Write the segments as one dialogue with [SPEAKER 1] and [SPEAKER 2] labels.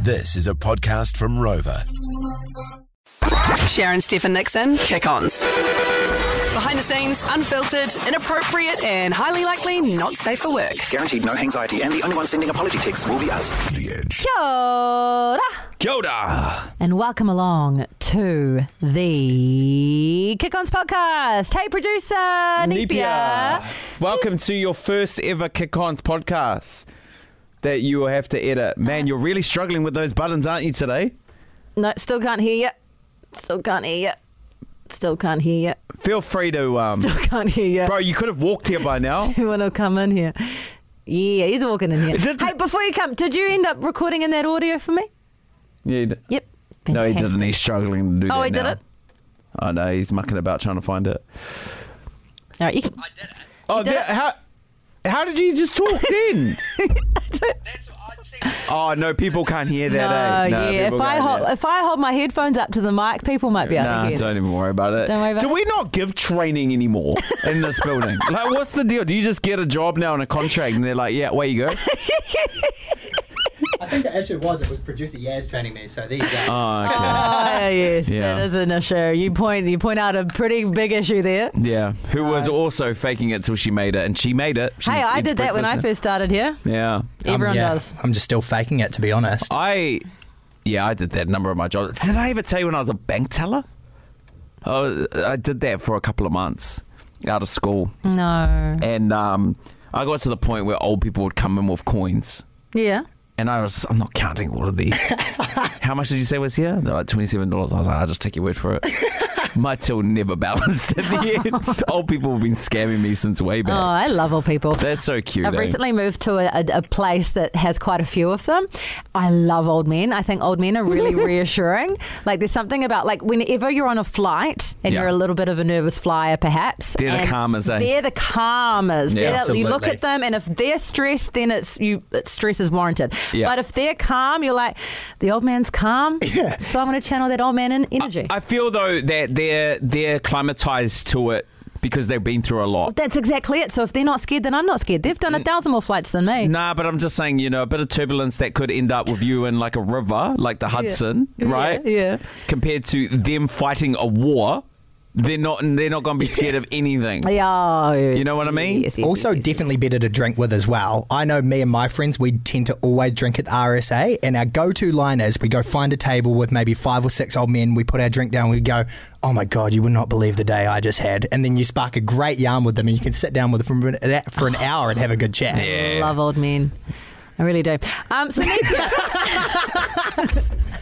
[SPEAKER 1] This is a podcast from Rover.
[SPEAKER 2] Sharon Stephen Nixon, kick ons. Behind the scenes, unfiltered, inappropriate, and highly likely not safe for work.
[SPEAKER 3] Guaranteed no anxiety, and the only one sending apology texts will be us.
[SPEAKER 1] The Edge.
[SPEAKER 4] Kia ora. And welcome along to the Kick Ons podcast. Hey, producer Nipia.
[SPEAKER 5] Welcome to your first ever Kick Ons podcast that you will have to edit. Man, you're really struggling with those buttons, aren't you, today?
[SPEAKER 4] No, still can't hear you. Still can't hear you. Still can't hear you.
[SPEAKER 5] Feel free to. Um,
[SPEAKER 4] Still can't hear
[SPEAKER 5] bro, you could have walked here by now.
[SPEAKER 4] you. Want to come in here? Yeah, he's walking in here.
[SPEAKER 5] Did-
[SPEAKER 4] hey, before you come, did you end up recording in that audio for me?
[SPEAKER 5] Yeah, d-
[SPEAKER 4] Yep.
[SPEAKER 5] no, he
[SPEAKER 4] Fantastic.
[SPEAKER 5] doesn't. He's struggling to do that.
[SPEAKER 4] Oh, he did
[SPEAKER 5] now.
[SPEAKER 4] it?
[SPEAKER 5] Oh, no, he's mucking about trying to find it.
[SPEAKER 4] All right, you can-
[SPEAKER 5] Oh,
[SPEAKER 4] did
[SPEAKER 5] that,
[SPEAKER 4] it.
[SPEAKER 5] how. How did you just talk then? oh no, people can't hear that. eh?
[SPEAKER 4] No, yeah. If
[SPEAKER 5] people
[SPEAKER 4] I
[SPEAKER 5] can't
[SPEAKER 4] hold,
[SPEAKER 5] hear it.
[SPEAKER 4] if I hold my headphones up to the mic, people might be able
[SPEAKER 5] Nah,
[SPEAKER 4] to hear.
[SPEAKER 5] don't even worry about it.
[SPEAKER 4] Don't worry about
[SPEAKER 5] Do
[SPEAKER 4] it.
[SPEAKER 5] we not give training anymore in this building? like, what's the deal? Do you just get a job now and a contract, and they're like, "Yeah, away you go."
[SPEAKER 6] I think the issue was it was producer Yaz training me, so there you go.
[SPEAKER 5] Oh, okay.
[SPEAKER 4] Oh yes,
[SPEAKER 5] Yeah.
[SPEAKER 4] that is an issue. You point you point out a pretty big issue there.
[SPEAKER 5] yeah, who was also faking it till she made it, and she made it. She's
[SPEAKER 4] hey, I
[SPEAKER 5] into
[SPEAKER 4] did that when I
[SPEAKER 5] breakfast
[SPEAKER 4] first started here.
[SPEAKER 5] now. Yeah,
[SPEAKER 4] Everyone
[SPEAKER 6] Um, yeah,
[SPEAKER 4] does.
[SPEAKER 6] I'm just still faking it, to be honest.
[SPEAKER 5] I, yeah, I did that a number of my jobs. Did I ever tell you when I was a bank teller? Oh, I did that for a couple of months out of school,
[SPEAKER 4] No.
[SPEAKER 5] and um, I got to the point where old people would come in with coins.
[SPEAKER 4] Yeah.
[SPEAKER 5] And I was, I'm not counting all of these. How much did you say was here? They're like $27. I was like, I'll just take your word for it. My till never balanced at the end. Old people have been scamming me since way
[SPEAKER 4] Oh,
[SPEAKER 5] back.
[SPEAKER 4] I love all people.
[SPEAKER 5] They're so cute.
[SPEAKER 4] I've
[SPEAKER 5] eh?
[SPEAKER 4] recently moved to a, a, a place that has quite a few of them. I love old men. I think old men are really reassuring. Like there's something about like whenever you're on a flight and
[SPEAKER 5] Yeah.
[SPEAKER 4] you're a little bit of a nervous flyer, perhaps.
[SPEAKER 5] They're the
[SPEAKER 4] and
[SPEAKER 5] calmers, eh?
[SPEAKER 4] They're the calmers.
[SPEAKER 5] Yeah,
[SPEAKER 4] They're- you look
[SPEAKER 6] absolutely.
[SPEAKER 4] at them, and if they're stressed, then it's you. It, stress is warranted.
[SPEAKER 5] Yeah.
[SPEAKER 4] But if they're calm, you're like the old man's calm. Yeah. So I'm going to channel that old man in energy.
[SPEAKER 5] I feel though that they're they're climatized to it because they've been through a lot.
[SPEAKER 4] that's exactly it. So if they're not scared, then I'm not scared. They've done a thousand more flights than me.
[SPEAKER 5] Nah, but I'm just saying, you know, a bit of turbulence that could end up with you in like a river, like the Hudson, right?
[SPEAKER 4] yeah.
[SPEAKER 5] Compared to them fighting a war, they're not they're not going to be scared of anything.
[SPEAKER 4] Yeah.
[SPEAKER 5] You know what I mean?
[SPEAKER 4] Yes, yes,
[SPEAKER 6] Also,
[SPEAKER 4] yes, yes.
[SPEAKER 6] definitely better to drink with as well. I know me and my friends, we tend to always drink at RSA, and our go to line is we go find a table with maybe five or six old men, we put our drink down, we go, Oh my God, you would not believe the day I just had. And then you spark a great yarn with them, and you can sit down with them for an, for an hour and have a good chat.
[SPEAKER 4] love old men. I really do. Um, so Napier.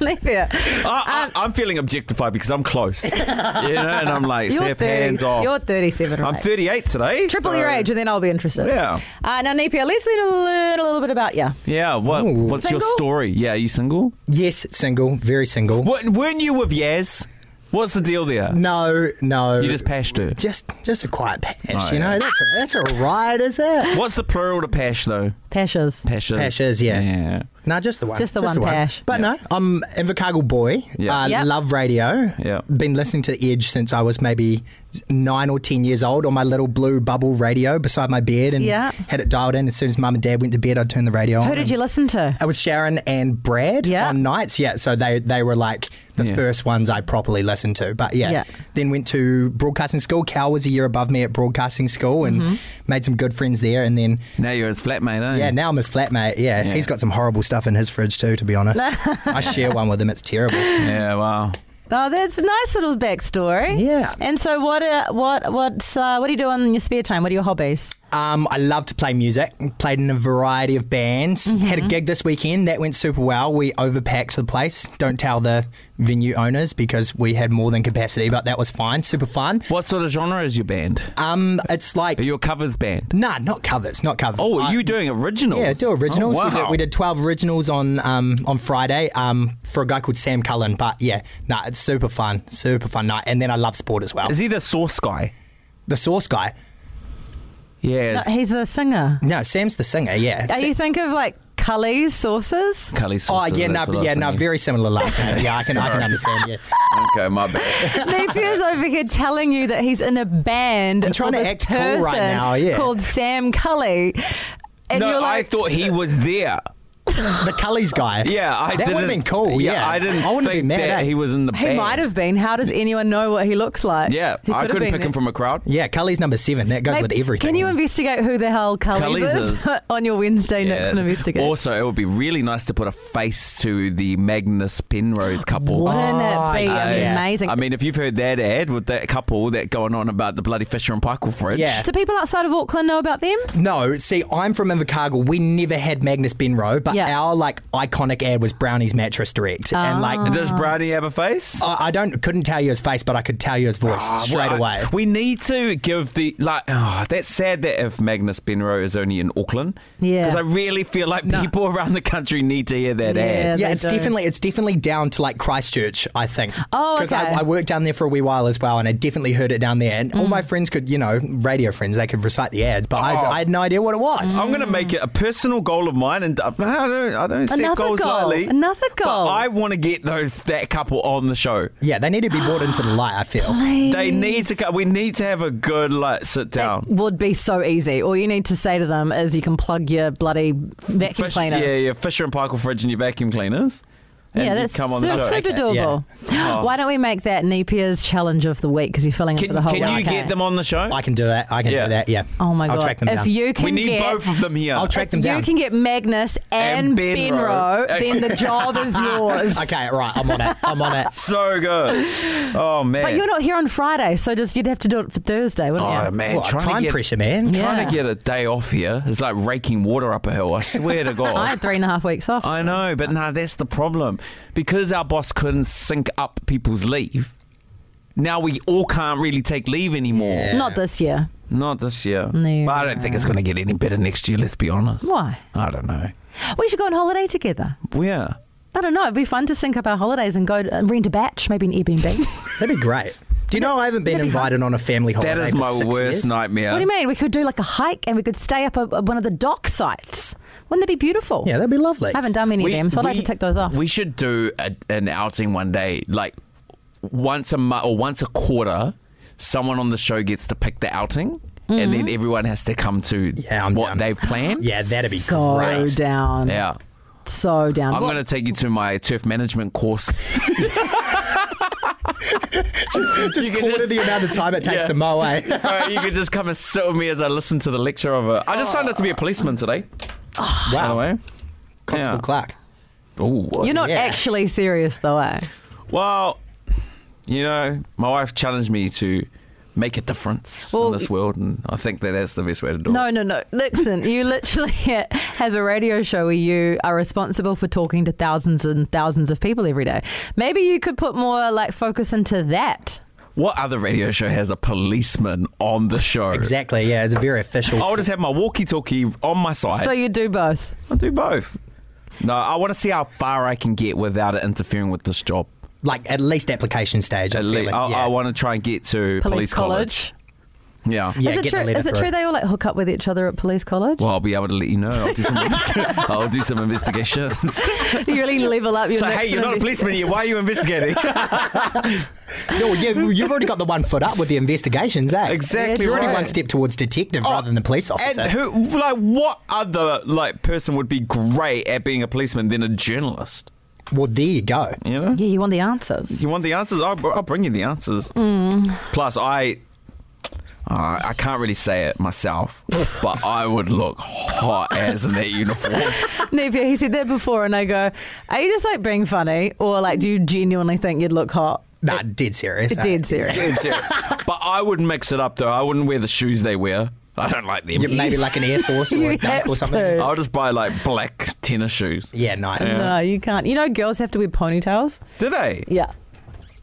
[SPEAKER 4] Napier.
[SPEAKER 6] Um,
[SPEAKER 5] I, I, I'm feeling objectified because I'm close, you know, and I'm like,
[SPEAKER 4] You're,
[SPEAKER 5] Seth, hands off.
[SPEAKER 4] you're 37, right?
[SPEAKER 5] I'm 38 today.
[SPEAKER 4] Triple
[SPEAKER 5] so-
[SPEAKER 4] your age, and then I'll be interested.
[SPEAKER 5] Yeah.
[SPEAKER 4] Uh, now, Napier, let's learn a, learn a little bit about you.
[SPEAKER 5] Yeah. What? What's your
[SPEAKER 4] Single?
[SPEAKER 5] story? Yeah. Are you single?
[SPEAKER 6] Yes, single, very single.
[SPEAKER 5] What, weren't you with Yaz? What's the deal there?
[SPEAKER 6] No, no.
[SPEAKER 5] You just pashed her.
[SPEAKER 6] just, just a quiet patch,
[SPEAKER 5] Oh,
[SPEAKER 6] you know.
[SPEAKER 5] yeah.
[SPEAKER 6] That's that's all right, is it?
[SPEAKER 5] What's the plural to pash though?
[SPEAKER 4] Pashes.
[SPEAKER 5] Pashes.
[SPEAKER 6] Pashes, yeah.
[SPEAKER 5] Yeah.
[SPEAKER 6] No, just the one.
[SPEAKER 4] Just the one pash.
[SPEAKER 6] But no, I'm Invercargill boy.
[SPEAKER 5] Yeah.
[SPEAKER 6] Uh,
[SPEAKER 4] Yep.
[SPEAKER 6] Love radio.
[SPEAKER 5] Yeah.
[SPEAKER 6] Been listening to Edge since I was maybe nine or ten years old on my little blue bubble radio beside my bed and
[SPEAKER 4] Yeah.
[SPEAKER 6] had it dialed in. As soon as mum and dad went to bed, I'd turn the radio on.
[SPEAKER 4] Who did you listen to?
[SPEAKER 6] It was Sharon and Brad
[SPEAKER 4] Yeah.
[SPEAKER 6] on nights. Yeah, so they they were like the
[SPEAKER 5] Yeah.
[SPEAKER 6] first ones I properly listened to. But yeah,
[SPEAKER 4] Yeah.
[SPEAKER 6] then went to broadcasting school. Cal was a year above me at broadcasting school and
[SPEAKER 4] Mm-hmm.
[SPEAKER 6] made some good friends there. And then
[SPEAKER 5] Now you're his flatmate, eh? aren't you?
[SPEAKER 6] yeah, now I'm his flatmate. Yeah,
[SPEAKER 5] Mm. Yeah.
[SPEAKER 6] he's got some horrible stuff in his fridge too. To be honest, I share one with him. It's terrible.
[SPEAKER 5] Yeah. Wow.
[SPEAKER 4] Oh, that's a nice little backstory.
[SPEAKER 6] Yeah.
[SPEAKER 4] And so, what? Uh, what? What's? Uh, what do you do in your spare time? What are your hobbies?
[SPEAKER 6] Um, I love to play music. Played in a variety of bands.
[SPEAKER 5] Mm-hmm.
[SPEAKER 6] Had a gig this weekend that went super well. We overpacked the place. Don't tell the venue owners because we had more than capacity, but that was fine. Super fun.
[SPEAKER 5] What sort of genre is your band?
[SPEAKER 6] Um, it's like
[SPEAKER 5] Are you a covers band?
[SPEAKER 6] nah, not covers, not covers.
[SPEAKER 5] Oh,
[SPEAKER 6] I-
[SPEAKER 5] are you doing originals?
[SPEAKER 6] Yeah, do originals.
[SPEAKER 5] Oh, wow.
[SPEAKER 6] we, did, we did 12 originals on um, on Friday um, for a guy called Sam Cullen. But yeah, nah, it's super fun, super fun night. And then I love sport as well.
[SPEAKER 5] Is he the source guy?
[SPEAKER 6] the source guy?
[SPEAKER 5] Yeah.
[SPEAKER 4] No, Uh, he's a singer.
[SPEAKER 6] No, Sam's the singer. Yeah.
[SPEAKER 4] Are you think of like Cully's sources?
[SPEAKER 5] Cully
[SPEAKER 6] oh
[SPEAKER 5] source.
[SPEAKER 6] yeah, no, yeah, no, very similar last name. Yeah, I can, I can understand. Yeah.
[SPEAKER 5] Okay, my bad.
[SPEAKER 4] Napier's over here telling you that he's in a band.
[SPEAKER 6] I'm trying
[SPEAKER 4] for
[SPEAKER 6] to
[SPEAKER 4] this
[SPEAKER 6] act cool right
[SPEAKER 4] person
[SPEAKER 6] now, yeah.
[SPEAKER 4] Called Sam Cully. And
[SPEAKER 5] no,
[SPEAKER 4] you're like,
[SPEAKER 5] I thought he was there.
[SPEAKER 6] the Cullies guy.
[SPEAKER 5] Yeah, I
[SPEAKER 6] that would have
[SPEAKER 5] didn't-
[SPEAKER 6] been cool. Yeah,
[SPEAKER 5] I didn't.
[SPEAKER 6] I wouldn't
[SPEAKER 5] think
[SPEAKER 6] be mad.
[SPEAKER 5] that
[SPEAKER 6] eh?
[SPEAKER 5] he was in the.
[SPEAKER 4] He
[SPEAKER 5] band.
[SPEAKER 4] might have been. How does anyone know what he looks like?
[SPEAKER 5] Yeah,
[SPEAKER 4] He
[SPEAKER 5] I
[SPEAKER 4] could've
[SPEAKER 5] couldn't
[SPEAKER 4] been
[SPEAKER 5] pick
[SPEAKER 4] there.
[SPEAKER 5] him from a crowd.
[SPEAKER 6] yeah, Cully's number seven. That goes
[SPEAKER 4] Hey,
[SPEAKER 6] with everything.
[SPEAKER 4] Can you investigate who the hell Cullies
[SPEAKER 5] Cullies
[SPEAKER 4] is on your Wednesday next and investigate?
[SPEAKER 5] Also, it would be really nice to put a face to the Magnus Penrose couple.
[SPEAKER 4] Wouldn't it be
[SPEAKER 6] Oh,
[SPEAKER 5] I-
[SPEAKER 4] amazing?
[SPEAKER 5] I mean, if you've heard that ad with that couple that going on about the bloody Fisher and Paykel fridge.
[SPEAKER 6] Yeah.
[SPEAKER 4] do people outside of Auckland know about them?
[SPEAKER 6] No, see, I'm from Invercargill. We never had Magnus Benrow, but
[SPEAKER 4] Yeah.
[SPEAKER 6] our like iconic ad was Brownie's Mattress Direct, and like
[SPEAKER 4] Oh. Ah.
[SPEAKER 5] Does Brownie have a face?
[SPEAKER 6] I, I don't couldn't tell you his face, but I could tell you his voice
[SPEAKER 5] Ah,
[SPEAKER 6] Oh, straight
[SPEAKER 5] well,
[SPEAKER 6] away.
[SPEAKER 5] We need to give the like. Oh, that's sad that if Magnus Benro is only in Auckland.
[SPEAKER 4] Yeah.
[SPEAKER 5] Because I really feel like
[SPEAKER 6] No.
[SPEAKER 5] people around the country need to hear that
[SPEAKER 4] Yeah.
[SPEAKER 5] ad.
[SPEAKER 6] yeah,
[SPEAKER 4] they
[SPEAKER 6] it's
[SPEAKER 4] do.
[SPEAKER 6] definitely it's definitely down to like Christchurch, I think.
[SPEAKER 4] Oh,
[SPEAKER 6] because
[SPEAKER 4] okay.
[SPEAKER 6] I, I worked down there for a wee while as well, and I definitely heard it down there. And
[SPEAKER 4] Mm.
[SPEAKER 6] all my friends could, you know, radio friends, they could recite the ads, but
[SPEAKER 5] Oh.
[SPEAKER 6] I, I had no idea what it was.
[SPEAKER 5] I'm going to make it a personal goal of mine, and uh, I don't, I don't set
[SPEAKER 4] Another
[SPEAKER 5] goals
[SPEAKER 4] goal.
[SPEAKER 5] lightly.
[SPEAKER 4] Another goal.
[SPEAKER 5] But I want to get those that couple on the show.
[SPEAKER 6] Yeah, they need to be brought into the light. I feel.
[SPEAKER 5] They need to. co- We need to have a good like sit down.
[SPEAKER 4] Would be so easy. All you need to say to them is you can plug your bloody vacuum
[SPEAKER 5] Fish-
[SPEAKER 4] cleaner.
[SPEAKER 5] Yeah, yeah. Fisher and Paykel fridge and your vacuum cleaners. And
[SPEAKER 4] Yeah,
[SPEAKER 5] you
[SPEAKER 4] that's
[SPEAKER 5] come on
[SPEAKER 4] su-
[SPEAKER 5] the show.
[SPEAKER 4] super
[SPEAKER 6] Okay,
[SPEAKER 4] doable. Why don't we make that Napier's challenge of the week because you're filling up
[SPEAKER 5] Can,
[SPEAKER 4] for the whole
[SPEAKER 5] can you
[SPEAKER 4] week? eh?
[SPEAKER 5] get them on the show?
[SPEAKER 6] I can do that. I can
[SPEAKER 5] Yeah.
[SPEAKER 6] do that. Yeah.
[SPEAKER 4] Oh my
[SPEAKER 6] I'll
[SPEAKER 4] god!
[SPEAKER 6] track them
[SPEAKER 4] if
[SPEAKER 6] down.
[SPEAKER 4] you can
[SPEAKER 5] we need
[SPEAKER 4] get,
[SPEAKER 5] both of them here.
[SPEAKER 6] I'll track
[SPEAKER 4] if
[SPEAKER 6] them
[SPEAKER 4] you
[SPEAKER 6] down.
[SPEAKER 4] can get Magnus and,
[SPEAKER 5] And Benro.
[SPEAKER 4] Benro,
[SPEAKER 5] Okay.
[SPEAKER 4] then the job is yours.
[SPEAKER 6] Okay, right. I'm on it. I'm on it.
[SPEAKER 5] so good. Oh man.
[SPEAKER 4] But you're not here on Friday, so just you'd have to do it for Thursday, wouldn't
[SPEAKER 5] Oh
[SPEAKER 4] you?
[SPEAKER 5] man,
[SPEAKER 6] What,
[SPEAKER 5] trying
[SPEAKER 6] time
[SPEAKER 5] to get,
[SPEAKER 6] pressure, man.
[SPEAKER 4] Yeah.
[SPEAKER 5] Trying to get a day off here is like raking water up a hill. I swear to God.
[SPEAKER 4] I had three and a half weeks off.
[SPEAKER 5] I know, but nah, that's the problem. Because our boss couldn't sync up people's leave, now we all can't really take leave anymore.
[SPEAKER 4] Not this year.
[SPEAKER 5] Not this year.
[SPEAKER 4] No.
[SPEAKER 5] But I don't think it's going to get any better next year, let's be honest.
[SPEAKER 4] Why?
[SPEAKER 5] I don't know.
[SPEAKER 4] We should go on holiday together.
[SPEAKER 5] Where?
[SPEAKER 4] I don't know. It'd be fun to sync up our holidays and go to, uh, rent a batch, maybe an Airbnb.
[SPEAKER 6] That'd be great. Do you know I haven't been invited on a family holiday?
[SPEAKER 5] That is
[SPEAKER 6] for
[SPEAKER 5] my
[SPEAKER 6] six
[SPEAKER 5] worst
[SPEAKER 6] years?
[SPEAKER 5] nightmare.
[SPEAKER 4] What do you mean? We could do like a hike and we could stay up at one of the dock sites. Wouldn't that be beautiful?
[SPEAKER 6] Yeah, that'd be lovely.
[SPEAKER 4] I haven't done many of them, so I'd like to take those off.
[SPEAKER 5] We should do a, an outing one day, like once a month or once a quarter. Someone on the show gets to pick the outing, and
[SPEAKER 4] Mm-hmm.
[SPEAKER 5] then everyone has to come to
[SPEAKER 6] Yeah, I'm
[SPEAKER 5] what
[SPEAKER 6] down.
[SPEAKER 5] they've planned.
[SPEAKER 6] Yeah, that'd be
[SPEAKER 4] so
[SPEAKER 6] great.
[SPEAKER 4] down.
[SPEAKER 5] yeah.
[SPEAKER 4] So down.
[SPEAKER 5] I'm
[SPEAKER 4] What-
[SPEAKER 5] going to take you to my turf management course.
[SPEAKER 6] Just quarter the amount of time it takes
[SPEAKER 5] Yeah.
[SPEAKER 6] to mow. eh?
[SPEAKER 5] Alright, Uh, you could just come and sit with me as I listen to the lecture of it. I just signed up to be a policeman today. By the
[SPEAKER 6] wow,
[SPEAKER 5] way,
[SPEAKER 6] Constable
[SPEAKER 5] yeah.
[SPEAKER 6] Clark.
[SPEAKER 5] Ooh,
[SPEAKER 4] You're not
[SPEAKER 6] Yeah.
[SPEAKER 4] actually serious though, eh?
[SPEAKER 5] Well, you know, my wife challenged me to make a difference
[SPEAKER 4] Well,
[SPEAKER 5] in this world, and I think that that's the best way to do
[SPEAKER 4] No,
[SPEAKER 5] it.
[SPEAKER 4] no, no. Listen, you literally have a radio show where you are responsible for talking to thousands and thousands of people every day. Maybe you could put more like focus into that.
[SPEAKER 5] What other radio show has a policeman on the show?
[SPEAKER 6] Exactly. Yeah, it's a very official.
[SPEAKER 5] I'll just have my walkie-talkie on my side.
[SPEAKER 4] So you do both.
[SPEAKER 5] I'll do both. No, I want to see how far I can get without it interfering with this job.
[SPEAKER 6] like at least application stage.
[SPEAKER 5] At
[SPEAKER 6] I'm
[SPEAKER 5] least
[SPEAKER 6] feeling,
[SPEAKER 5] I,
[SPEAKER 6] yeah.
[SPEAKER 5] I want to try and get to
[SPEAKER 4] Police
[SPEAKER 5] police, college.
[SPEAKER 4] college.
[SPEAKER 5] Yeah.
[SPEAKER 6] Yeah,
[SPEAKER 4] is it
[SPEAKER 6] get the
[SPEAKER 4] true?
[SPEAKER 6] letter
[SPEAKER 4] Is it
[SPEAKER 6] through.
[SPEAKER 4] true they all like hook up with each other at police college?
[SPEAKER 5] Well, I'll be able to let you know. I'll do some, I'll do some investigations.
[SPEAKER 4] You really level up your.
[SPEAKER 5] so,
[SPEAKER 4] next
[SPEAKER 5] hey, you're not a
[SPEAKER 4] interview.
[SPEAKER 5] policeman yet. Why are you investigating?
[SPEAKER 6] No, you, you've already got the one foot up with the investigations, eh?
[SPEAKER 5] Exactly
[SPEAKER 6] You're already
[SPEAKER 5] right. Oh,
[SPEAKER 6] one step towards detective rather than the police officer.
[SPEAKER 5] And who, like, what other like person would be great at being a policeman than a journalist?
[SPEAKER 6] well, there you go.
[SPEAKER 5] You know,
[SPEAKER 4] Yeah, you want the answers.
[SPEAKER 5] you want the answers? I'll, I'll bring you the answers. Plus, I, uh, I can't really say it myself, but I would look hot as in that uniform.
[SPEAKER 4] Nevia, he said that before, and I go, "Are you just like being funny, or like do you genuinely think you'd look hot?"
[SPEAKER 6] Nah, dead serious. eh?
[SPEAKER 4] Dead serious.
[SPEAKER 5] but I would mix it up though. I wouldn't wear the shoes they wear. I don't like them.
[SPEAKER 6] Yeah, maybe like an Air Force
[SPEAKER 4] You
[SPEAKER 6] or a duck
[SPEAKER 4] have
[SPEAKER 6] or something.
[SPEAKER 4] to.
[SPEAKER 5] I'll just buy like black tennis shoes.
[SPEAKER 6] Yeah, nice.
[SPEAKER 4] No, you can't. You know, girls have to wear ponytails.
[SPEAKER 5] Do they?
[SPEAKER 4] Yeah.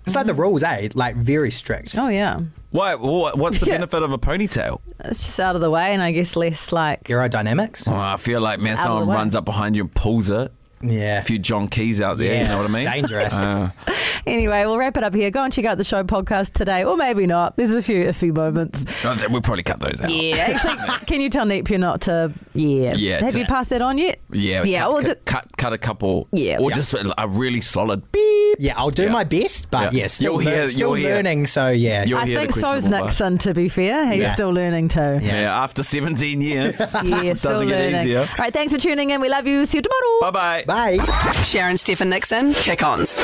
[SPEAKER 6] It's like the rules, eh? Like very strict.
[SPEAKER 4] Oh yeah.
[SPEAKER 5] Why? What, what's the
[SPEAKER 4] Yeah.
[SPEAKER 5] benefit of a ponytail?
[SPEAKER 4] It's just out of the way, and I guess less like.
[SPEAKER 6] Aerodynamics.
[SPEAKER 5] Oh, I feel like man,
[SPEAKER 4] out of the
[SPEAKER 5] someone
[SPEAKER 4] way.
[SPEAKER 5] runs up behind you and pulls it.
[SPEAKER 6] Yeah.
[SPEAKER 5] A few John Keys out there, you know what I mean? Uh,
[SPEAKER 6] Dangerous.
[SPEAKER 4] Anyway, we'll wrap it up here. Go and check out the show podcast today, or maybe not. There's a few a few moments.
[SPEAKER 5] No, th- we'll probably cut those out.
[SPEAKER 4] Yeah, actually, can you tell Napier not to? Yeah.
[SPEAKER 5] Yeah,
[SPEAKER 4] Have
[SPEAKER 5] just-
[SPEAKER 4] you passed that on yet?
[SPEAKER 5] Yeah,
[SPEAKER 4] Yeah.
[SPEAKER 5] Cut,
[SPEAKER 4] Well, do,
[SPEAKER 5] cut, cut a couple.
[SPEAKER 4] Yeah.
[SPEAKER 5] Or
[SPEAKER 4] Yeah.
[SPEAKER 5] just a really solid beep.
[SPEAKER 6] yeah, I'll do
[SPEAKER 5] Yeah.
[SPEAKER 6] my best, but
[SPEAKER 5] Yeah.
[SPEAKER 6] yeah, still,
[SPEAKER 5] You'll hear-
[SPEAKER 6] lear- still
[SPEAKER 5] you'll hear-
[SPEAKER 6] learning. So yeah,
[SPEAKER 5] You'll
[SPEAKER 4] I
[SPEAKER 5] hear the
[SPEAKER 4] think so's
[SPEAKER 5] questionable part.
[SPEAKER 4] Nixon, to be fair. He's
[SPEAKER 6] Yeah.
[SPEAKER 4] still learning too.
[SPEAKER 5] Yeah. after 17 years,
[SPEAKER 4] Yeah,
[SPEAKER 5] it
[SPEAKER 4] still
[SPEAKER 5] doesn't get
[SPEAKER 4] learning.
[SPEAKER 5] easier.
[SPEAKER 4] All right, thanks for tuning in. We love you. See you tomorrow.
[SPEAKER 5] Bye bye.
[SPEAKER 6] bye.
[SPEAKER 2] Sharon Stephen Nixon, kick ons.